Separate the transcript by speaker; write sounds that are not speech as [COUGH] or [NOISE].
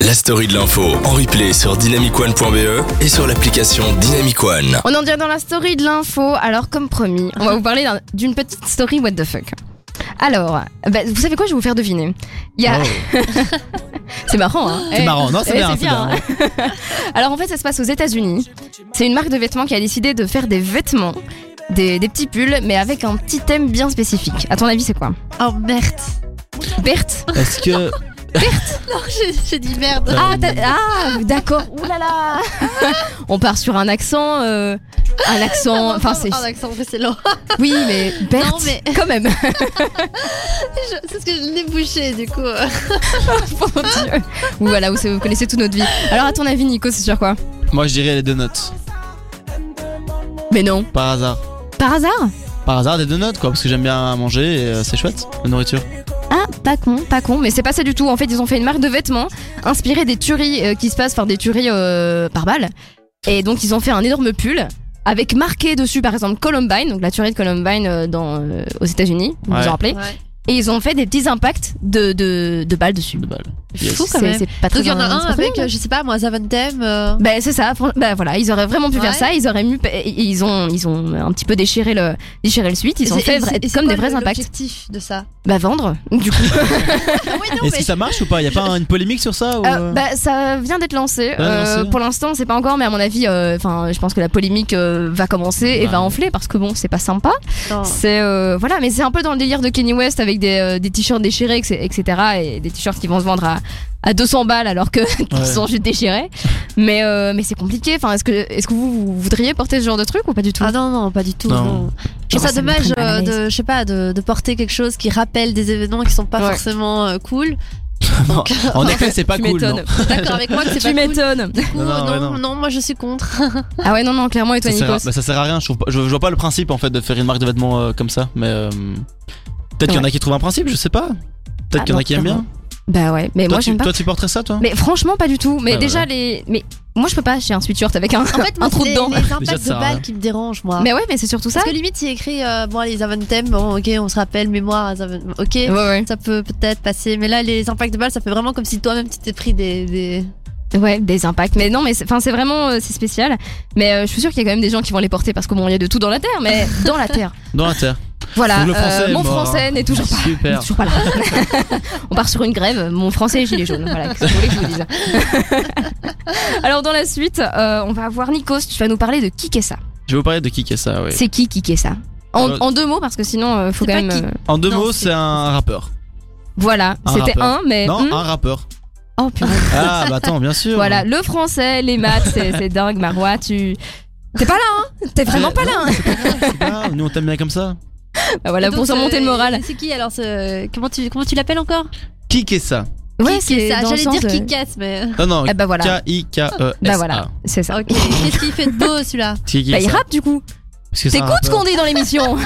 Speaker 1: la story de l'info en replay sur dynamicone.be E et sur l'application Dynamicone.
Speaker 2: On en dit dans la story de l'info. Alors, comme promis, on
Speaker 3: Mhm.
Speaker 2: va vous parler d'un- d'une petite story what the fuck. Alors, bah, vous savez quoi Je vais vous faire deviner. Il y a. c'est marrant, hein
Speaker 4: Oh. C'est
Speaker 2: Eh.
Speaker 4: marrant, non, c'est
Speaker 2: Eh,
Speaker 4: bien, c'est bien.
Speaker 2: hein. Alors, en fait, ça se passe aux États-Unis. C'est une marque de vêtements qui a décidé de faire des vêtements, des, des petits pulls, mais avec un petit thème bien spécifique. À ton avis, c'est quoi
Speaker 3: Oh merde.
Speaker 2: Berthe
Speaker 4: Est-ce que.
Speaker 3: Non, j'ai j'ai dit merde.
Speaker 4: Euh,
Speaker 2: Ah, t'as- ah, d'accord. Ouh là là [LAUGHS] On part sur un accent. euh, un
Speaker 3: [LAUGHS]
Speaker 2: accent. Enfin, c'est.
Speaker 3: Un accent précédent.
Speaker 2: Oui, mais Berthe,
Speaker 3: Non, mais-
Speaker 2: quand même.
Speaker 3: [LAUGHS] Je- C'est ce que je l'ai bouché du coup.
Speaker 2: Mon Dieu. Ou voilà, vous, savez, vous connaissez toute notre vie. Alors, à ton avis, Nico, c'est sur quoi
Speaker 4: Moi, je dirais les deux notes.
Speaker 2: Mais non.
Speaker 4: Par hasard.
Speaker 2: Par hasard
Speaker 4: Par hasard, des deux notes, quoi, parce que j'aime bien manger et euh, c'est chouette, la nourriture.
Speaker 2: Ah, pas con, pas con, mais c'est pas ça du tout. En fait, ils ont fait une marque de vêtements inspirée des tueries euh, qui se passent, enfin des tueries euh, par balle. Et donc, ils ont fait un énorme pull avec marqué dessus, par exemple, Columbine, donc la tuerie de Columbine euh, dans, euh, aux États-Unis, vous vous
Speaker 4: Ouais.
Speaker 2: en rappelez. Et ils ont fait des petits impacts de, de, de balles dessus.
Speaker 4: De balles.
Speaker 3: Fou quand
Speaker 2: C'est-
Speaker 3: même.
Speaker 2: C'est pas très
Speaker 3: Donc il y en a
Speaker 2: c'est
Speaker 3: un
Speaker 2: pas très
Speaker 3: avec,
Speaker 2: bien.
Speaker 3: euh, je sais pas moi, Zaventem. euh,
Speaker 2: Ben c'est ça. fran- Ben voilà, ils auraient vraiment pu
Speaker 3: Ouais.
Speaker 2: faire ça. Ils auraient mis, ils ont, ils ont un petit peu déchiré le, déchiré le suite. Ils ont
Speaker 3: et
Speaker 2: fait
Speaker 3: c'est-
Speaker 2: vra-
Speaker 3: et c'est
Speaker 2: comme
Speaker 3: quoi
Speaker 2: des vrais
Speaker 3: le-
Speaker 2: impacts.
Speaker 3: L'objectif de ça.
Speaker 2: Bah vendre. Du coup, [LAUGHS]
Speaker 3: Ah oui, non,
Speaker 4: Est-ce
Speaker 3: mais
Speaker 4: que ça marche ou pas Y'a pas un- une polémique sur ça ou...
Speaker 2: Euh, bah ça vient d'être lancé. Euh,
Speaker 4: lancé.
Speaker 2: pour l'instant, c'est pas encore, mais à mon avis, euh, enfin, je pense que la polémique euh, va commencer et
Speaker 4: Ouais.
Speaker 2: va enfler parce que bon, c'est pas sympa.
Speaker 3: Non.
Speaker 2: C'est euh, voilà, mais c'est un peu dans le délire de Kenny West avec des, euh, des t-shirts déchirés, etc. et des t-shirts qui vont se vendre à à 200 balles alors que [LAUGHS] qu'ils
Speaker 4: Ouais.
Speaker 2: sont juste déchirés. Mais euh, mais c'est compliqué. Enfin, est-ce que est-ce que vous, vous voudriez porter ce genre de truc ou pas du tout
Speaker 3: Ah non, non, pas du tout.
Speaker 4: Non.
Speaker 3: non. Je
Speaker 2: Genre,
Speaker 3: trouve ça
Speaker 2: ça me
Speaker 3: dommage
Speaker 2: met mal à
Speaker 3: euh,
Speaker 2: l'aise.
Speaker 3: de, je sais pas, de, de porter quelque chose qui rappelle des événements qui sont pas
Speaker 2: Ouais.
Speaker 3: forcément euh, cool.
Speaker 4: [LAUGHS] Non. En effet, c'est pas
Speaker 2: Tu
Speaker 4: cool.
Speaker 2: m'étonnes.
Speaker 4: Non.
Speaker 3: [LAUGHS] D'accord avec moi que c'est pas
Speaker 2: Tu
Speaker 3: cool.
Speaker 2: m'étonnes.
Speaker 3: Du coup,
Speaker 4: Non, non, ouais,
Speaker 3: non,
Speaker 4: non.
Speaker 3: non, moi je suis contre.
Speaker 2: Ah ouais, non, non, clairement, et toi,
Speaker 4: Ça sert, à,
Speaker 2: Nikos
Speaker 4: bah, ça sert à rien. Je, trouve pas- je- je vois pas le principe en fait de faire une marque de vêtements euh, comme ça, mais euh, peut-être qu'il y en a qui trouvent un principe, je sais pas.
Speaker 2: Ah
Speaker 4: Peut-être qu'il y en
Speaker 2: non,
Speaker 4: a qui aiment bien.
Speaker 2: Bah ouais, mais
Speaker 4: toi,
Speaker 2: moi,
Speaker 4: tu,
Speaker 2: j'aime pas.
Speaker 4: toi, tu porterais ça, toi
Speaker 2: Mais franchement, pas du tout. Mais
Speaker 4: Ah,
Speaker 2: déjà,
Speaker 4: voilà.
Speaker 2: les. Mais moi, je peux pas, j'ai un sweatshirt avec un,
Speaker 3: [LAUGHS] En fait, moi,
Speaker 2: un trou
Speaker 3: c'est les,
Speaker 2: dedans.
Speaker 3: les
Speaker 4: Déjà,
Speaker 3: impacts
Speaker 4: ça
Speaker 3: de
Speaker 4: sert à rien.
Speaker 3: balles qui me dérangent, moi.
Speaker 2: Mais ouais, mais c'est surtout ça.
Speaker 3: Ah. Parce que limite, il écrit, euh, bon, les Aventem, bon, ok, on se rappelle, mémoire, à Zaventem, ok.
Speaker 2: Ouais, ouais.
Speaker 3: Ça peut peut-être passer, mais là, les impacts de balles, ça fait vraiment comme si toi-même tu t'es pris des. des...
Speaker 2: Ouais, des impacts. Mais non, mais c'est enfin, c'est vraiment euh, c'est spécial. Mais euh, je suis sûre qu'il y a quand même des gens qui vont les porter parce que bon, il y a de tout dans la terre,
Speaker 4: [LAUGHS]
Speaker 2: mais dans la terre.
Speaker 4: Dans la terre.
Speaker 2: Voilà.
Speaker 4: Donc,
Speaker 2: euh,
Speaker 4: le français est
Speaker 2: mon
Speaker 4: mort,
Speaker 2: français
Speaker 4: hein.
Speaker 2: n'est toujours pas.
Speaker 4: Super.
Speaker 2: Toujours pas là. [LAUGHS] On part sur une grève. Mon français est gilet jaune. Voilà. qu'est-ce que vous voulez que je vous dise [LAUGHS] Alors dans la suite, euh, on va voir Nikos. Tu vas nous parler de qui ça.
Speaker 4: Je vais vous parler de qui qu'est ça. Oui. Euh,
Speaker 2: C'est qui qui ça en,
Speaker 4: Alors-
Speaker 2: en deux mots parce que sinon euh, faut
Speaker 3: C'est
Speaker 2: quand
Speaker 3: pas
Speaker 2: même.
Speaker 3: qui.
Speaker 2: euh,
Speaker 4: En deux
Speaker 3: Non,
Speaker 4: mots,
Speaker 3: c'est-
Speaker 4: c'est un rappeur.
Speaker 2: Voilà.
Speaker 4: Un
Speaker 2: C'était
Speaker 4: rappeur.
Speaker 2: un, mais.
Speaker 4: Non,
Speaker 2: hmm.
Speaker 4: un rappeur.
Speaker 2: Oh putain.
Speaker 4: [LAUGHS] Ah bah attends, bien sûr.
Speaker 2: Voilà, le français, les maths, c'est c'est dingue, Marois, tu. T'es pas là, hein T'es vraiment pas [LAUGHS] là, hein
Speaker 4: C'est pas- Nous on t'aime bien comme ça.
Speaker 2: Bah Voilà,
Speaker 3: Donc,
Speaker 2: pour s'en
Speaker 3: euh,
Speaker 2: monter le moral.
Speaker 3: C'est qui alors ce... Comment tu, comment tu l'appelles encore
Speaker 4: Qui qu'est ça
Speaker 2: Ouais,
Speaker 3: Qui- qui-
Speaker 2: c'est
Speaker 3: ça,
Speaker 2: dans le
Speaker 3: J'allais
Speaker 2: sens
Speaker 3: dire
Speaker 2: de-
Speaker 3: qui casse, mais.
Speaker 4: Non
Speaker 3: euh,
Speaker 4: non.
Speaker 2: Ah bah voilà.
Speaker 4: K I K E S.
Speaker 2: Bah voilà, c'est ça.
Speaker 3: Ok, qu'est-ce qu'il fait de beau celui-là
Speaker 4: Qui qu'est
Speaker 2: Bah il
Speaker 4: ça
Speaker 2: rappe du coup.
Speaker 4: Parce que c'est un
Speaker 2: T'écoutes ce
Speaker 4: rappeur. [LAUGHS]
Speaker 2: qu'on dit dans l'émission